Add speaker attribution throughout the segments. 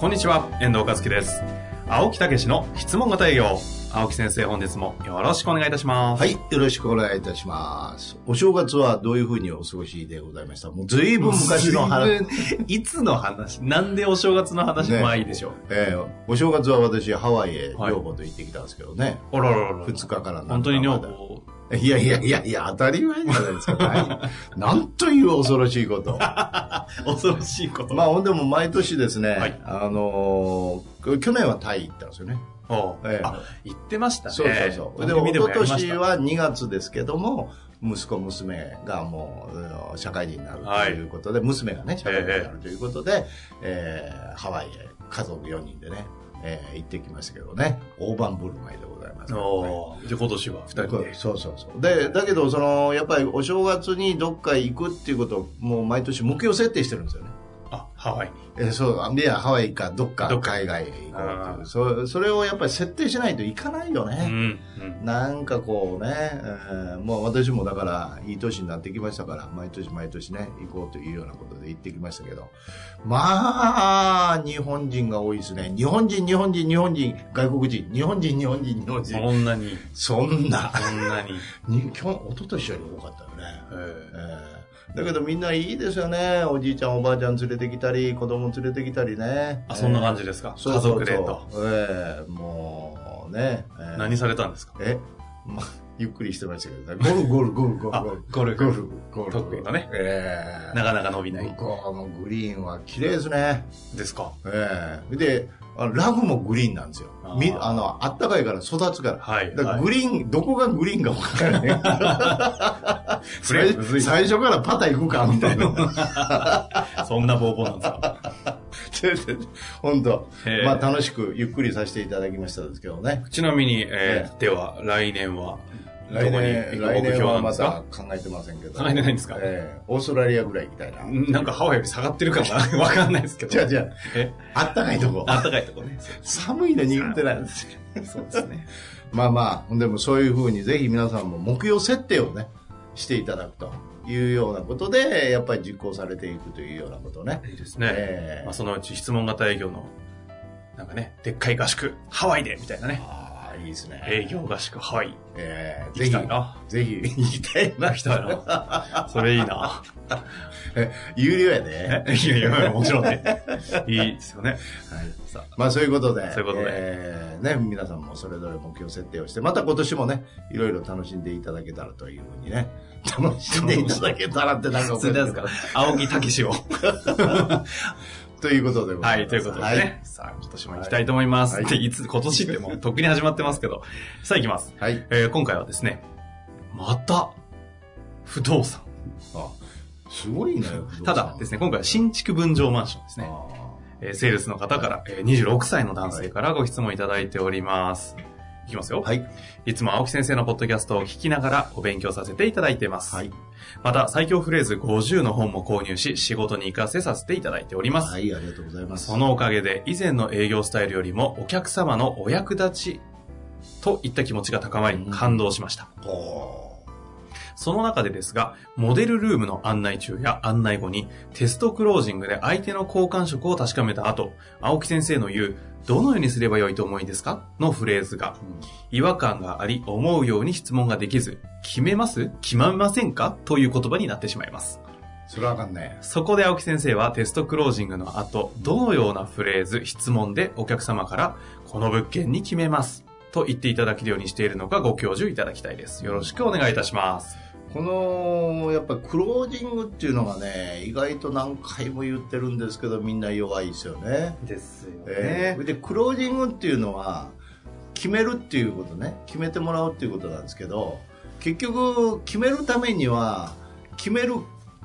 Speaker 1: こんにちは、遠藤和樹です。青木武の質問型営業。青木先生、本日もよろしくお願いいたします。
Speaker 2: はい、よろしくお願いいたします。お正月はどういうふうにお過ごしでございましたもうずいぶん昔の
Speaker 1: 随
Speaker 2: 話。
Speaker 1: 分。 いつの話なんでお正月の話、
Speaker 2: ね
Speaker 1: まあいいでしょう。
Speaker 2: えーお正月は私、ハワイへ女房と行ってきたんですけどね。
Speaker 1: おらららら。
Speaker 2: 二日から
Speaker 1: 本当に女
Speaker 2: 女
Speaker 1: 房。
Speaker 2: いやいやいやいや、当たり前じゃないです か。何なんという恐ろしいこと。
Speaker 1: 恐ろしいこと。
Speaker 2: まあ、ほんでも毎年ですね、
Speaker 1: はい
Speaker 2: あのー去年はタイ行ったんですよね。
Speaker 1: おう
Speaker 2: ええ
Speaker 1: あ、言ってましたね。
Speaker 2: そうそうそう。で、
Speaker 1: 番組
Speaker 2: 一
Speaker 1: も
Speaker 2: 昨
Speaker 1: やりまし
Speaker 2: 年
Speaker 1: た
Speaker 2: は2月ですけども、息子、娘がもううん、社会人になるということで、娘がね、社会人になるということで、えーハワイへ家族4人でね、えー行ってきましたけどね、大盤振る舞いでございますけどね、
Speaker 1: おうじゃあ今年は二人で。
Speaker 2: そうそうそう。で、だけど、その、やっぱりお正月にどっか行くっていうことを、もう毎年目標設定してるんですよね。
Speaker 1: あ、ハワイに。
Speaker 2: えーそう、で、ハワイか、どっか
Speaker 1: どっか
Speaker 2: 海外へ行こうって
Speaker 1: あ
Speaker 2: い
Speaker 1: ー
Speaker 2: う。そそれをやっぱり設定しないといかないよね。
Speaker 1: うん。うん
Speaker 2: なんかこうね、えーもう私もだから、いい年になってきましたから、毎年毎年ね、行こうというようなことで行ってきましたけど、まあ、日本人が多いですね。日本人、日本人、日本人、外国人、日本人、日本人、日本人。
Speaker 1: そんなに、
Speaker 2: そんな、
Speaker 1: そんなに。
Speaker 2: に今日、おととしより多かったよね。
Speaker 1: ええ
Speaker 2: えーだけどみんないいですよね。おじいちゃん、おばあちゃん連れてきたり、子供連れてきたりね。
Speaker 1: あ、そんな感
Speaker 2: じ。
Speaker 1: じですか。
Speaker 2: そう
Speaker 1: 家
Speaker 2: そうそう
Speaker 1: 族でと。。
Speaker 2: ええもうね。えー
Speaker 1: 何されたんですか
Speaker 2: え、まあ、 ゆっくりしてましたけど、ね、ゴルゴルゴルゴ
Speaker 1: あ
Speaker 2: ルゴル、
Speaker 1: ゴル
Speaker 2: ゴ
Speaker 1: フ。
Speaker 2: ルゴル
Speaker 1: 得意のね
Speaker 2: ええ
Speaker 1: なかなか伸びない
Speaker 2: 向。こうのグリーンは綺麗ですね。
Speaker 1: ですか。
Speaker 2: ええで、あラグもグリーンなんですよ。み
Speaker 1: あー
Speaker 2: あの、あったかいから育つから。
Speaker 1: はい。
Speaker 2: だから
Speaker 1: はい
Speaker 2: グリーン、どこがグリーンか分 からない。最
Speaker 1: むずい
Speaker 2: 最初からパター行くか、みたいな。
Speaker 1: そんなボーボーなんですか。
Speaker 2: 本当
Speaker 1: へえ
Speaker 2: まあ楽しくゆっくりさせていただきましたですけどね。
Speaker 1: ちなみに、えー
Speaker 2: え
Speaker 1: では、来年は、どこ
Speaker 2: 来
Speaker 1: に行
Speaker 2: 年、
Speaker 1: く目
Speaker 2: 来
Speaker 1: 標
Speaker 2: 年
Speaker 1: な
Speaker 2: は
Speaker 1: んで
Speaker 2: ます
Speaker 1: か
Speaker 2: だ考えてませんけど。
Speaker 1: 考えてないんですか
Speaker 2: ええオーストラリアぐらい行きたいな。
Speaker 1: なんかハワイより下が ってるかなわかんないですけど。
Speaker 2: じゃあじゃ
Speaker 1: え
Speaker 2: あ、あったかいとこ。
Speaker 1: あったかいとこね。
Speaker 2: 寒いの苦手なんですよ。
Speaker 1: そうですね。
Speaker 2: まあまあ、でもそういうふうにぜひ皆さんも目標設定をね、していただくというようなことで、やっぱり実行されていくというようなことね。
Speaker 1: いいですね。
Speaker 2: ええ
Speaker 1: まあ、そのうち質問型営業の、なんかね、でっかい合宿、ハワイでみたいなね。
Speaker 2: ああ、いいですね。
Speaker 1: 営業合宿、ハワイ。
Speaker 2: ええ
Speaker 1: 行きたいな。
Speaker 2: ぜひ、ぜひ、行きたいな。
Speaker 1: 行きたいな。 それいいな。
Speaker 2: 有料やで。
Speaker 1: いやいや、もちろんね。いいです よね。さあ
Speaker 2: まあそういうことで、
Speaker 1: そういうことで
Speaker 2: えーね、皆さんもそれぞれ目標設定をして、また今年もね、いろいろ楽しんでいただけたらというふうにね、楽しんでいただけたらってなんかおかしい
Speaker 1: それですか青木武史を。
Speaker 2: ということでござ
Speaker 1: はいい、
Speaker 2: ます。
Speaker 1: ということでね。
Speaker 2: はい
Speaker 1: さあ、今年も行きたいと思います。
Speaker 2: はい
Speaker 1: で、いつ、今年っても う、とっくに始まってますけど。さあ、行きます。
Speaker 2: はい。
Speaker 1: えー今回はですね、また、不動産。
Speaker 2: あ、すごいね。不動
Speaker 1: た
Speaker 2: 産
Speaker 1: だですね、今回は新築分譲マンションですね。
Speaker 2: あ
Speaker 1: えーセールスの方から、えー26歳の男性からご質問いただいております。いきますよ。
Speaker 2: ーはい。
Speaker 1: いつも青木先生のポッドキャストを聞きながらお勉強させていただいてます。
Speaker 2: はい。
Speaker 1: また、最強フレーズ50の本も購入し、仕事に活かせさせていただいております。
Speaker 2: はい、ありがとうございます。
Speaker 1: そのおかげで以前の営業スタイルよりもお客様のお役立ちといった気持ちが高まり
Speaker 2: うん
Speaker 1: 感動しました。
Speaker 2: ほ
Speaker 1: その中でですが、モデルルームの案内中や案内後にテストクロージングで相手の好感触を確かめた後、青木先生の言うどのようにすればよいと思いですかのフレーズが
Speaker 2: う
Speaker 1: 違和感があり思うように質問ができず、決めます決まりませんかという言葉になってしまいます。
Speaker 2: それはあかんね。
Speaker 1: そこで青木先生はテストクロージングの後、どのようなフレーズ、質問でお客様から、この物件に決めます。と言っていただけるようにしているのかご教授いただきたいです。よろしくお願いいたします。
Speaker 2: この、やっぱクロージングっていうのがね、意外と何回も言ってるんですけど、みんな弱いですよね。
Speaker 1: ですよ
Speaker 2: えーでクロージングっていうのは決めるっていうことね決めてもらうっていうことなんですけど結局決めるためには決める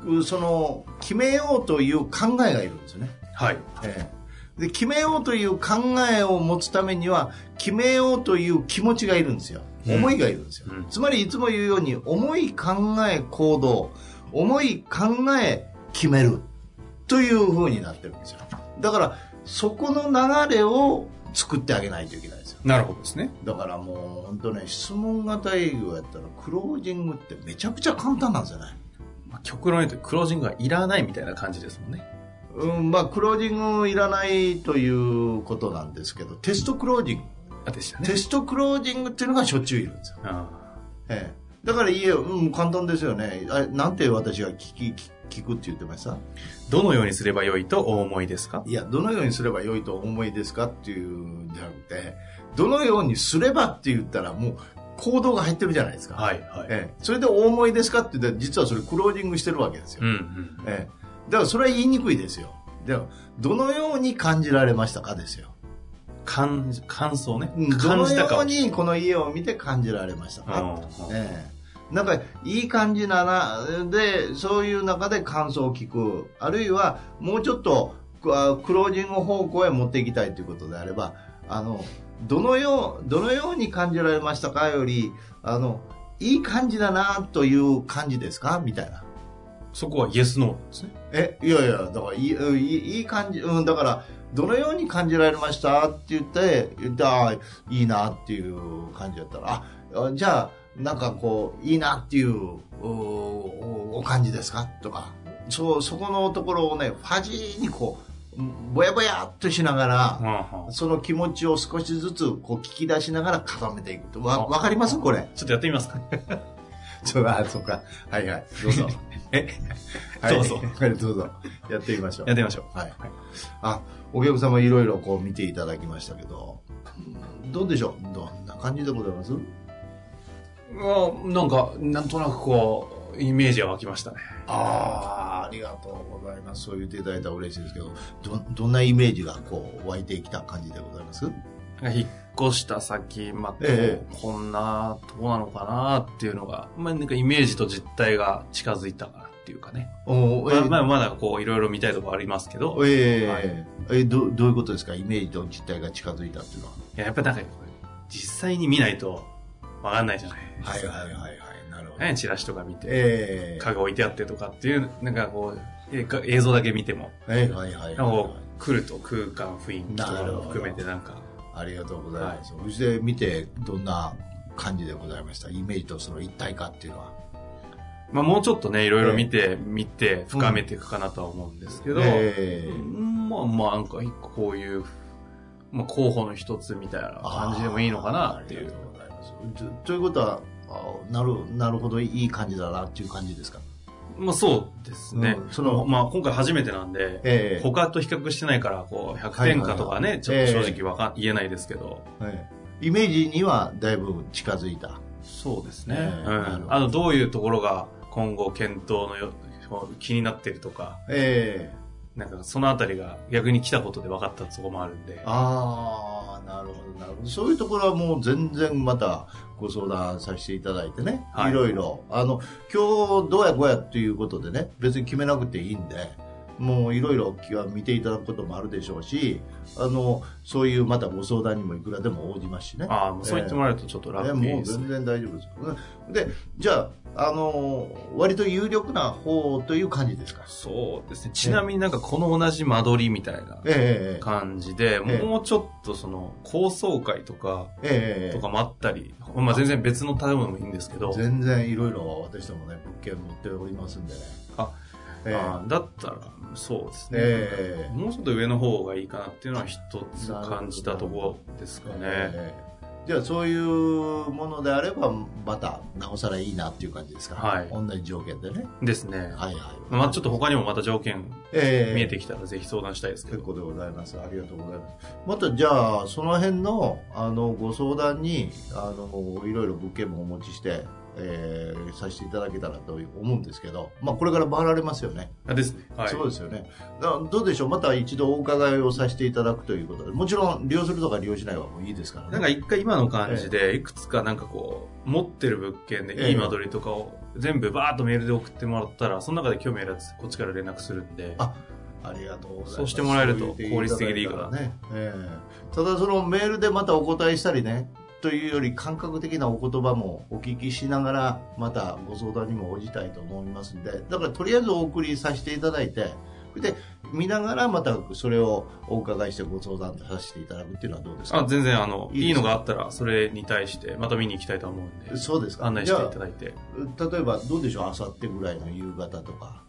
Speaker 2: うその決めようという考えがいるんですよね
Speaker 1: はい。
Speaker 2: ええで決めようという考えを持つためには決めようという気持ちがいるんですよ
Speaker 1: うん
Speaker 2: 思いがいるんですよ、
Speaker 1: うん
Speaker 2: つまりいつも言うように思い考え行動思い考え決めるという風になってるんですよだからそこの流れを作ってあげないといけないですよ
Speaker 1: なるほどですね。
Speaker 2: だからもう本当ね質問型営業やったらクロージングってめちゃくちゃ簡単なんですよね
Speaker 1: まあ、極論言うとクロージングがいらないみたいな感じですもんね。
Speaker 2: うんまあ、クロージングいらないということなんですけどテストクロージング
Speaker 1: あでしたね。
Speaker 2: テストクロージングっていうのがしょっちゅういるんですよ、
Speaker 1: あ
Speaker 2: ええ、だから家、うん、簡単ですよねあなんて私が聞き聞聞くって言ってました
Speaker 1: ーどのようにすればよいとお思いですか
Speaker 2: いやどのようにすれば良いとお思いですかっていうんじゃなくてどのようにすればって言ったらもう行動が入ってるじゃないですか、
Speaker 1: はい、はい。
Speaker 2: ええ、それでお思いですかって言ったら実はそれクロージングしてるわけですよ、
Speaker 1: うん、うん。
Speaker 2: ええ、だからそれは言いにくいですよでもどのように感じられましたかですよ
Speaker 1: 感じ、感想ね。
Speaker 2: うんど
Speaker 1: 感
Speaker 2: の
Speaker 1: じた
Speaker 2: よ
Speaker 1: かを
Speaker 2: うにこの家を見て感じられましたか、
Speaker 1: うん
Speaker 2: ええなんかいい感じならでそういう中で感想を聞くあるいはもうちょっとくあクロージング方向へ持っていきたいということであればあのどのようどのように感じられましたかよりあのいい感じだなという感じですかみたいな
Speaker 1: そこはイエスノーですね。
Speaker 2: えいやいやだからいいうんいいいい感じ、うん、だからどのように感じられましたって言って言ってあーいいなっていう感じだったらああじゃあなんかこういいなっていううおお感じですかとかそうそこのところをねファジーにこうぼやぼやっとしながら、
Speaker 1: ち
Speaker 2: その気持ちを少しずつこう聞き出しながら固めていくとわわかりますこれ
Speaker 1: ょっとやってみますか。
Speaker 2: そうあそうかはいはいどうぞ
Speaker 1: え
Speaker 2: はい
Speaker 1: どうぞ
Speaker 2: はいどうぞやってみましょう
Speaker 1: やってみましょう。
Speaker 2: はい。あ、お客様いろいろこう見ていただきましたけど、うんどうでしょうどんな感じでございます
Speaker 1: うんなんか、なんとなくこう、イメージは湧きましたね。
Speaker 2: ああ、ありがとうございます。そう言っていただいたら嬉しいですけど、ど、どんなイメージがこう湧いてきた感じでございます
Speaker 1: 引っ越した先、まあ、こう
Speaker 2: え
Speaker 1: こんなとこなのかなっていうのが、まあ、なんかイメージと実態が近づいたかなっていうかね。
Speaker 2: おー
Speaker 1: まあ
Speaker 2: えー
Speaker 1: まあ、まだこう、いろいろ見たいとこありますけど、
Speaker 2: えー
Speaker 1: はい
Speaker 2: えーど、どういうことですかイメージと実態が近づいたっていうのは。
Speaker 1: いややっぱなんかこれ、実際に見ないとわかんないじゃないですか。
Speaker 2: はいはいはいはい。なるほど。
Speaker 1: ね、チラシとか見て、
Speaker 2: えー
Speaker 1: 家具置いてあってとかっていう、なんかこう、えか映像だけ見ても、
Speaker 2: えーはいはい
Speaker 1: なんか
Speaker 2: はい
Speaker 1: こう、来ると空間、雰囲気とかも含めてなんか、
Speaker 2: ありがとうございます。そして見てどんな感じでございましたイメージとその一体化っていうのは。
Speaker 1: まあもうちょっとね、いろいろ見て、見て、深めていくかなとは思うんですけど、
Speaker 2: えー
Speaker 1: うんまあまあなんかこういう、まあ、候補の一つみたいな感じでもいいのかなってい
Speaker 2: あ
Speaker 1: う
Speaker 2: りがとうございますとということはあなるなるほどいい感じだなっていう感じですか
Speaker 1: まあそうですね、
Speaker 2: うんその
Speaker 1: まあ今回初めてなんで、
Speaker 2: ええ
Speaker 1: 他と比較してないからこう100点かとかね、
Speaker 2: はいはいはい
Speaker 1: ちょっと正直わかん、言えないですけど
Speaker 2: ええイメージにはだいぶ近づいた
Speaker 1: そうですね、
Speaker 2: ええ
Speaker 1: う
Speaker 2: なるほ
Speaker 1: ん、
Speaker 2: ど
Speaker 1: あのどういうところが今後検討のよ気になってるとか
Speaker 2: え
Speaker 1: なんかそのあたりが逆に来たことで分かったとこもあるんで
Speaker 2: えああなるほどなるほどそういうところはもう全然またご相談させていただいてね、
Speaker 1: はい
Speaker 2: い、ろいろあの今日どうやこうやっていうことでね別に決めなくていいんでもういろいろ見ていただくこともあるでしょうしあのそういうまたご相談にもいくらでも応じますしね
Speaker 1: ああもうそう言ってもらえるとちょっと
Speaker 2: いや
Speaker 1: 楽
Speaker 2: も
Speaker 1: で
Speaker 2: う
Speaker 1: すね
Speaker 2: 全然大丈夫ですうんでじゃあ、あのー割と有力な方という感じですか
Speaker 1: そうですねちなみになんかこの同じ間取りみたいな
Speaker 2: ええ
Speaker 1: 感じで、
Speaker 2: ええ
Speaker 1: もうちょっとその高層階とか、
Speaker 2: ええ
Speaker 1: とかもあったり、まあ全然別の建物もいいんですけど、
Speaker 2: 全然いろいろ私どもね物件持っておりますんでね
Speaker 1: あ
Speaker 2: ええ
Speaker 1: あーだったらそうですね、
Speaker 2: ええ
Speaker 1: もうちょっと上の方がいいかなっていうのは一つ感じたところですかね。
Speaker 2: ええじゃあそういうものであればまたなおさらいいなっていう感じですか
Speaker 1: はい
Speaker 2: 同じ条件でね
Speaker 1: ですね。
Speaker 2: はいはい
Speaker 1: まあちょっと他にもまた条件
Speaker 2: ええ
Speaker 1: 見えてきたらぜひ相談したいですけ
Speaker 2: 結
Speaker 1: ど。
Speaker 2: 構でございます。ありがとうございます。また、じゃあ、その辺の、あの、ご相談に、あの、いろいろ物件もお持ちして、えーさせていただけたらと思うんですけど、まあ、これから回られますよね。
Speaker 1: あですね。はい。
Speaker 2: そうですよね。だどうでしょうまた一度お伺いをさせていただくということで、もちろん、利用するとか利用しないはもういいですからね。
Speaker 1: なんか一回今の感じで、いくつかなんかこう、持ってる物件
Speaker 2: え
Speaker 1: で
Speaker 2: え
Speaker 1: いい間取りとかを全部バーッとメールで送ってもらったら、その中で興味あるやつ、こっちから連絡するんで。
Speaker 2: あありがとうございます。
Speaker 1: そうしてもらえると
Speaker 2: そう言って
Speaker 1: 効率的でいいから
Speaker 2: だたね。ええただそのメールでまたお答えしたりね、というより感覚的なお言葉もお聞きしながら、またご相談にも応じたいと思いますんで、だからとりあえずお送りさせていただいて、で、見ながらまたそれをお伺いしてご相談させていただくっていうのはどうです
Speaker 1: あ
Speaker 2: か
Speaker 1: 全然あの
Speaker 2: いいです
Speaker 1: いいのがあったらそれに対してまた見に行きたいと思うんで
Speaker 2: そうですか
Speaker 1: 案内していただいて
Speaker 2: じゃあ例えばどうでしょうあさってぐらいの夕方とか。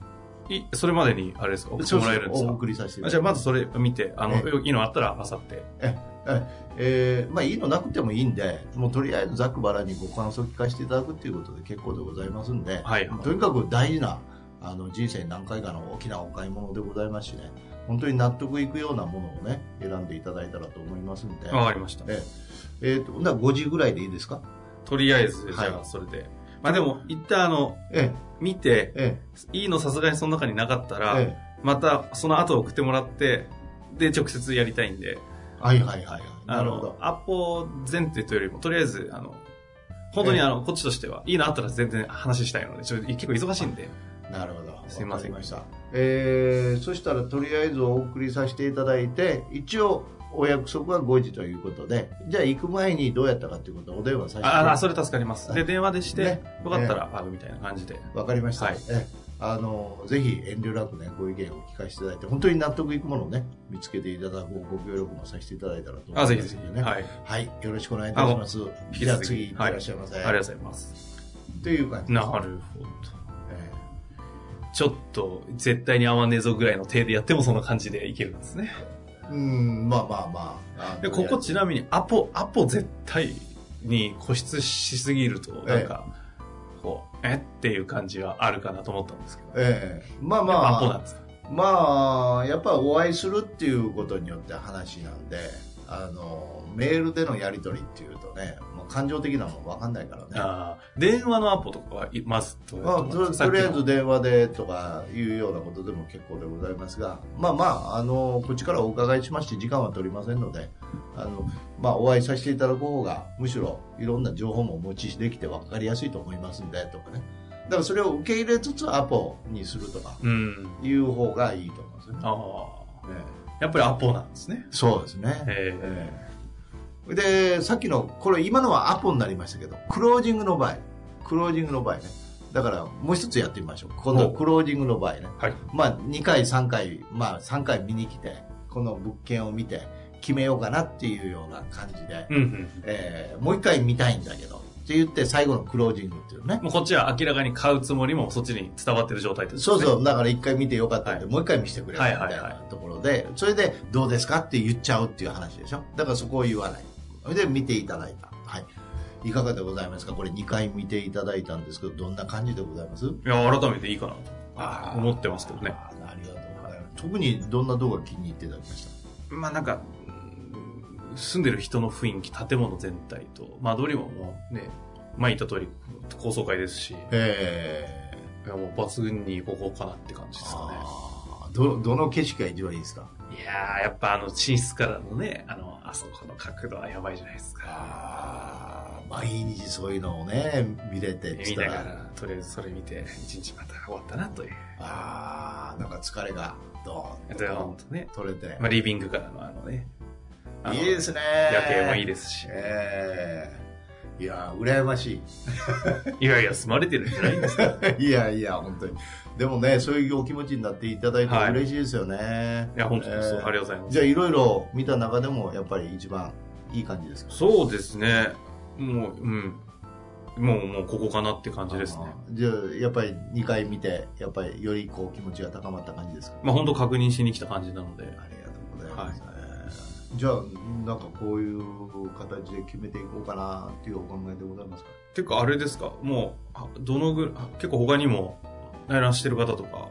Speaker 1: いそれまでにあれですか送ってもらえるんです
Speaker 2: そうそうお
Speaker 1: か
Speaker 2: 送りさせてい
Speaker 1: あ
Speaker 2: ただ
Speaker 1: じ
Speaker 2: き
Speaker 1: ゃあまずそれ見てあの
Speaker 2: え
Speaker 1: いいのあったらあさって
Speaker 2: えーまあいいのなくてもいいんで、もうとりあえずざくばらにご感想を聞かせていただくということで結構でございますんで、
Speaker 1: はい
Speaker 2: とにかく大事なあの人生に何回かの大きなお買い物でございますしね、本当に納得いくようなものをね、選んでいただいたらと思いますんで、
Speaker 1: わかりました
Speaker 2: ええーと、ほんなら5時ぐらいでいいですか
Speaker 1: とりあえず
Speaker 2: はい
Speaker 1: じゃあそれでまあでも一旦あの
Speaker 2: え
Speaker 1: 見て
Speaker 2: え、え
Speaker 1: いいのさすがにその中になかった
Speaker 2: え、
Speaker 1: ら、
Speaker 2: え
Speaker 1: またその後送ってもらってで直接やりたいんで
Speaker 2: え、はいはいはいはい。
Speaker 1: あ
Speaker 2: なるほ
Speaker 1: の
Speaker 2: ど。
Speaker 1: アポ前提というよりもとりあえずあの本当にあの、こっちとしては、いいのあったら全然話したいので、ちょっと結構忙しいんで。
Speaker 2: なるほど。
Speaker 1: すいません
Speaker 2: わかりした。えーそしたらとりあえずお送りさせていただいて、一応お約束は5時ということで、じゃあ行く前にどうやったかっていうことをお電話させて
Speaker 1: ああ、それ助かります。で、電話でして、
Speaker 2: ね
Speaker 1: よかったら、あの、みたいな感じで。
Speaker 2: わかりました。
Speaker 1: はい
Speaker 2: えあのぜひ遠慮なくね、ご意見を聞かせていただいて、本当に納得いくものをね、見つけていただくご協力もさせていただいたらと思いま
Speaker 1: あ、
Speaker 2: す
Speaker 1: ぜ
Speaker 2: の
Speaker 1: ひ
Speaker 2: で
Speaker 1: ぜひ。
Speaker 2: ね。
Speaker 1: はい。
Speaker 2: はい。よろしくお願いいたします。
Speaker 1: 引き続き
Speaker 2: じゃあ次、いってらっしゃいませ。
Speaker 1: ありがとうございます。
Speaker 2: という感じです。
Speaker 1: なるほど。
Speaker 2: ええ
Speaker 1: ちょっと、絶対に合わねえぞぐらいの手でやってもそんな感じでいけるんですね。
Speaker 2: うん、まあまあまあ。あ
Speaker 1: で、ここちなみに、アポ、アポ絶対に固執しすぎると、なんか、こう、えっていう感じはあるかなと思ったんですけど。
Speaker 2: ええまあま
Speaker 1: やっぱ
Speaker 2: あ。
Speaker 1: アポなんですか
Speaker 2: まあやっぱお会いするっていうことによって話なんであのメールでのやり取りっていうとね、まあ、感情的なもん分かんないからね
Speaker 1: あー電話のアポとかはいまずどうや
Speaker 2: ま
Speaker 1: って
Speaker 2: あ、
Speaker 1: 思い
Speaker 2: と
Speaker 1: ますか
Speaker 2: とりあえ
Speaker 1: さっ
Speaker 2: ず電話でとかいうようなことでも結構でございますがまあまああのこっちからお伺いしまして時間は取りませんのであの、まあ、お会いさせていただく方がむしろいろんな情報もお持ちできて分かりやすいと思いますんでとかねだからそれを受け入れつつアポにするとか
Speaker 1: きのうん。
Speaker 2: いう方がいいと思うんですよね。
Speaker 1: ああ。
Speaker 2: ね
Speaker 1: やっぱりアポなんですね。
Speaker 2: そうですね。
Speaker 1: ええ
Speaker 2: ええで、さっきの、これ今のはアポになりましたけど、クロージングの場合、クロージングの場合ね。だからもう一つやってみましょう。今度は
Speaker 1: ほう
Speaker 2: クロージングの場合ね。
Speaker 1: はい
Speaker 2: まあ2回、3回、まあ3回見に来て、この物件を見て決めようかなっていうような感じで、
Speaker 1: うんうん。
Speaker 2: ええもう一回見たいんだけど、って言って最後のクロージングっていうね。
Speaker 1: もうこっちは明らかに買うつもりもそっちに伝わってる状態ってこと
Speaker 2: そう
Speaker 1: ですね。
Speaker 2: そう、だから一回見てよかったんで、
Speaker 1: は
Speaker 2: もう一回見せてくれみたい
Speaker 1: はいはい
Speaker 2: なところで、それでどうですかって言っちゃうっていう話でしょ。だからそこを言わない。それで見ていただいた。はい。いかがでございますかこれ2回見ていただいたんですけど、どんな感じでございます
Speaker 1: いや、改めていいかなと思ってますけどね。
Speaker 2: あーありがとうございます。特にどんな動画気に入っていただきました
Speaker 1: まあなんか、うん住んでる人の雰囲気、建物全体と、間取りももうね、前言った通り高層階ですし、い
Speaker 2: ええ
Speaker 1: やもう抜群にここかなって感じですか
Speaker 2: あーど、どの景色が一番いいですか
Speaker 1: ね。いやー、やっぱあの寝室からのね、あの、あそこの角度はやばいじゃないですか。
Speaker 2: ああ、毎日そういうのをね、見れてっつ
Speaker 1: 見
Speaker 2: った
Speaker 1: な
Speaker 2: ら
Speaker 1: がら、とりあえずそれ見て、一日また終わったなという。
Speaker 2: ああ、なんか疲れがどーン
Speaker 1: で、ほんとね、
Speaker 2: 取れて。
Speaker 1: まあリビングからのあのね、あの
Speaker 2: いいですね。
Speaker 1: 夜景もいい
Speaker 2: で
Speaker 1: ですし。
Speaker 2: ええい や、羨まし
Speaker 1: いやいや、住まれてるんじゃないんですか。
Speaker 2: い。いやいや、本当に。でもね、そういうお気持ちになっていただいて
Speaker 1: はい
Speaker 2: 嬉しいですよね。
Speaker 1: いや、本当にそう、あ
Speaker 2: ええ
Speaker 1: りがとうございます。
Speaker 2: じゃあ、いろいろ見た中でも、やっぱり一番いい感じですか
Speaker 1: そうですね。もう、うん。もう、もうここかなって感じですね。
Speaker 2: あーじゃあ、やっぱり2回見て、やっぱりよりこう気持ちが高まった感じですか
Speaker 1: まあ本当確認しに来た感じなので。
Speaker 2: ありがとうございます。じゃあ、なんかこういう形で決めていこうかなっていうお考えでございますか
Speaker 1: てか、あれですか、もう、あどのぐらい、あ結構他にも内覧してる方とか、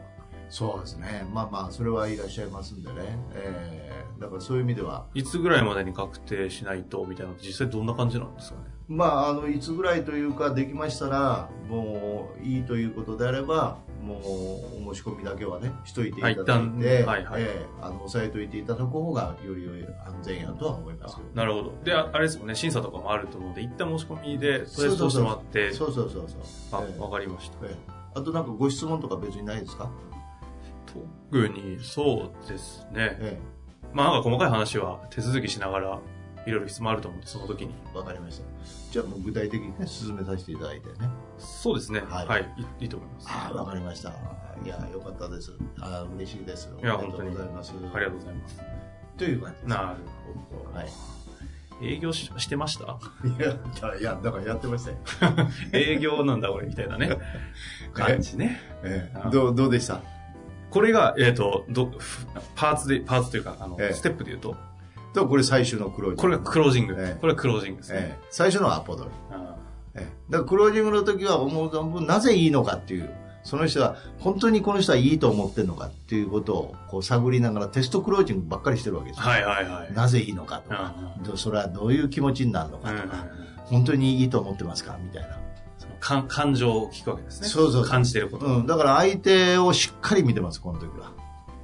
Speaker 2: そうですね、まあまあ、それはいらっしゃいますんでね、えーだからそういう意味では、
Speaker 1: いつぐらいまでに確定しないと、みたいなのって実際どんな感じなんですかね。
Speaker 2: まあ、あのいつぐらいというか、できましたら、もういいということであれば、もうお申し込みだけはね、しといていただいて、
Speaker 1: あ一旦
Speaker 2: え
Speaker 1: はいはい
Speaker 2: ーあの押さえといていただく方が、より安全やとは思いますけど
Speaker 1: なるほど。で、ああれですもんね、審査とかもあると思うんで、一旦申し込みで、とりあえず通してもらって、
Speaker 2: そうそうそうそう、
Speaker 1: あ
Speaker 2: え、ー
Speaker 1: わかりました。
Speaker 2: えーあとなんかご質問とか別にないですか
Speaker 1: 特にそうですね。
Speaker 2: え
Speaker 1: まあなんか細かい話は手続きしながらいろいろ質問あると思うんで、その時に。
Speaker 2: え、わかりました。じゃあもう具体的にね、進めさせていただいてね。
Speaker 1: そうですね。
Speaker 2: は
Speaker 1: はいい。い、いいと思います。
Speaker 2: ああ、わかりました。いや、よかったです。ああ、嬉しいです。
Speaker 1: いや
Speaker 2: ありがとうございます。
Speaker 1: ありがとうございます。
Speaker 2: という感じです。
Speaker 1: なるほど。
Speaker 2: はい。
Speaker 1: 営業ししてました
Speaker 2: いや、いや、だからやってましたよ。
Speaker 1: 営業なんだ俺みたいなね。 感じね。
Speaker 2: え
Speaker 1: あ
Speaker 2: え、
Speaker 1: ー
Speaker 2: どう、どうでした
Speaker 1: これが、えっ、とど、ふパーツで、パーツというか、あの、
Speaker 2: ええ
Speaker 1: ステップで言うと、
Speaker 2: と、これ最終のクロージング。
Speaker 1: これがクロージング。
Speaker 2: ええ
Speaker 1: これがクロージングですね。
Speaker 2: ええ、最初のはアポ取り。
Speaker 1: あ
Speaker 2: ええ、だからクロージングの時は思う存分なぜいいのかっていう、その人は本当にこの人はいいと思ってるのかっていうことをこう探りながらテストクロージングばっかりしてるわけです
Speaker 1: ー
Speaker 2: よ。
Speaker 1: はいはいはい。
Speaker 2: なぜいいのかとか、どそれはどういう気持ちになるのかとか、
Speaker 1: うん
Speaker 2: 本当にいいと思ってますかみたいな。
Speaker 1: その感感情を聞くわけですね。
Speaker 2: そうそう
Speaker 1: 感じてること。
Speaker 2: うん、だから相手をしっかり見てます、この時は。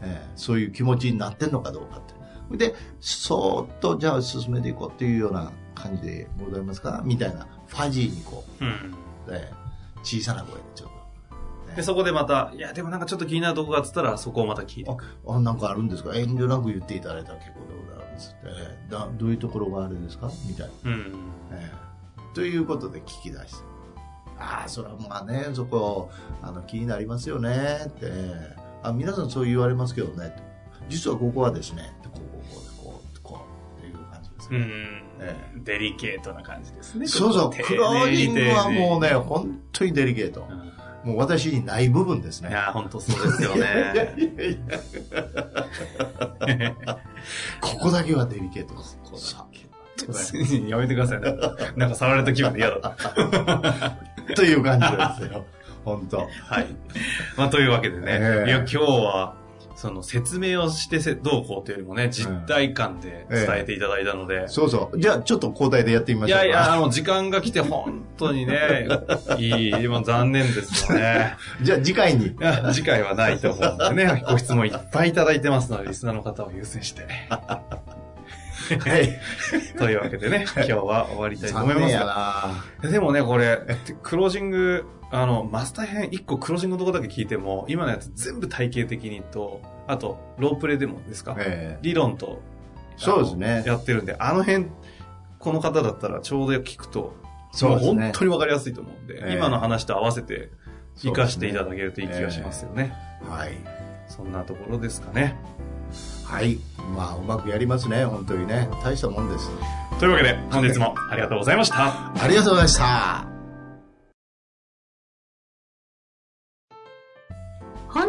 Speaker 2: ええそういう気持ちになってるのかどうかって。で、そーっとじゃあ進めていこうっていうような感じでございますかみたいな、ファジーにこ
Speaker 1: うん
Speaker 2: う、ええ小さな声でちょっと。
Speaker 1: で、そこでまた、いや、でもなんかちょっと気になるとこがあったら、そこをまた聞いて。
Speaker 2: あ、なんかあるんですか遠慮なく言っていただいたら結構でございますって、ええだどういうところがあれですかみたいな、
Speaker 1: うん。
Speaker 2: ええということで聞き出して。ああ、それはまあね、そこ、あの、気になりますよね、って。ええあ、皆さんそう言われますけどね、って実はここはですね、ってこう、こう、こう、こう、っていう感じです
Speaker 1: う
Speaker 2: ね。
Speaker 1: ん。
Speaker 2: え
Speaker 1: デリケートな感じですね。
Speaker 2: えそうそう、
Speaker 1: 丁寧に
Speaker 2: クローニングはもうね、
Speaker 1: 丁寧に
Speaker 2: 本当にデリケート
Speaker 1: う。ん
Speaker 2: もう私にない部分ですね。
Speaker 1: いや、本当そうですよね。
Speaker 2: いやいやいや ここだけはデリケートです。さ
Speaker 1: やめてくださいね。なんか触られた気分で嫌だ。
Speaker 2: という感じですよ。本当。
Speaker 1: はい。まあ、というわけでね。
Speaker 2: え
Speaker 1: い
Speaker 2: え
Speaker 1: や、今日は、その説明をしてせどうこうというよりもね、実体感で伝えていただいたので、
Speaker 2: そうそう。じゃあ、ちょっと交代でやってみま
Speaker 1: い
Speaker 2: しょうか。
Speaker 1: やいや、あの、時間が来て本当に ね、いい、もう残念ですよね。
Speaker 2: じゃあ、次回に。
Speaker 1: 次回はないと思うんでね、ご質問いっぱいいただいてますので、リスナーの方を優先して。
Speaker 2: はい。
Speaker 1: というわけでね、今日は終わりたいと思いま
Speaker 2: 残念
Speaker 1: す
Speaker 2: や
Speaker 1: が。
Speaker 2: な
Speaker 1: でもね、これ、クロージング、あの、マスター編1個クロージングのとこだけ聞いても、今のやつ全部体系的にと、あと、ロープレでもですか、
Speaker 2: ええ
Speaker 1: 理論と、
Speaker 2: そうですね
Speaker 1: あのやってるんで、あの辺、この方だったらちょうど聞くと、
Speaker 2: そうですね
Speaker 1: も本当にわかりやすいと思うんで、
Speaker 2: ええ
Speaker 1: 今の話と合わせて活かしていただけるといい気がしますよね。
Speaker 2: はい。
Speaker 1: そんなところですかね。
Speaker 2: はい。まあ、うまくやりますね。本当にね。大したもんです。
Speaker 1: というわけで、本日もありがとうございました。
Speaker 2: ありがとうございました。
Speaker 3: 本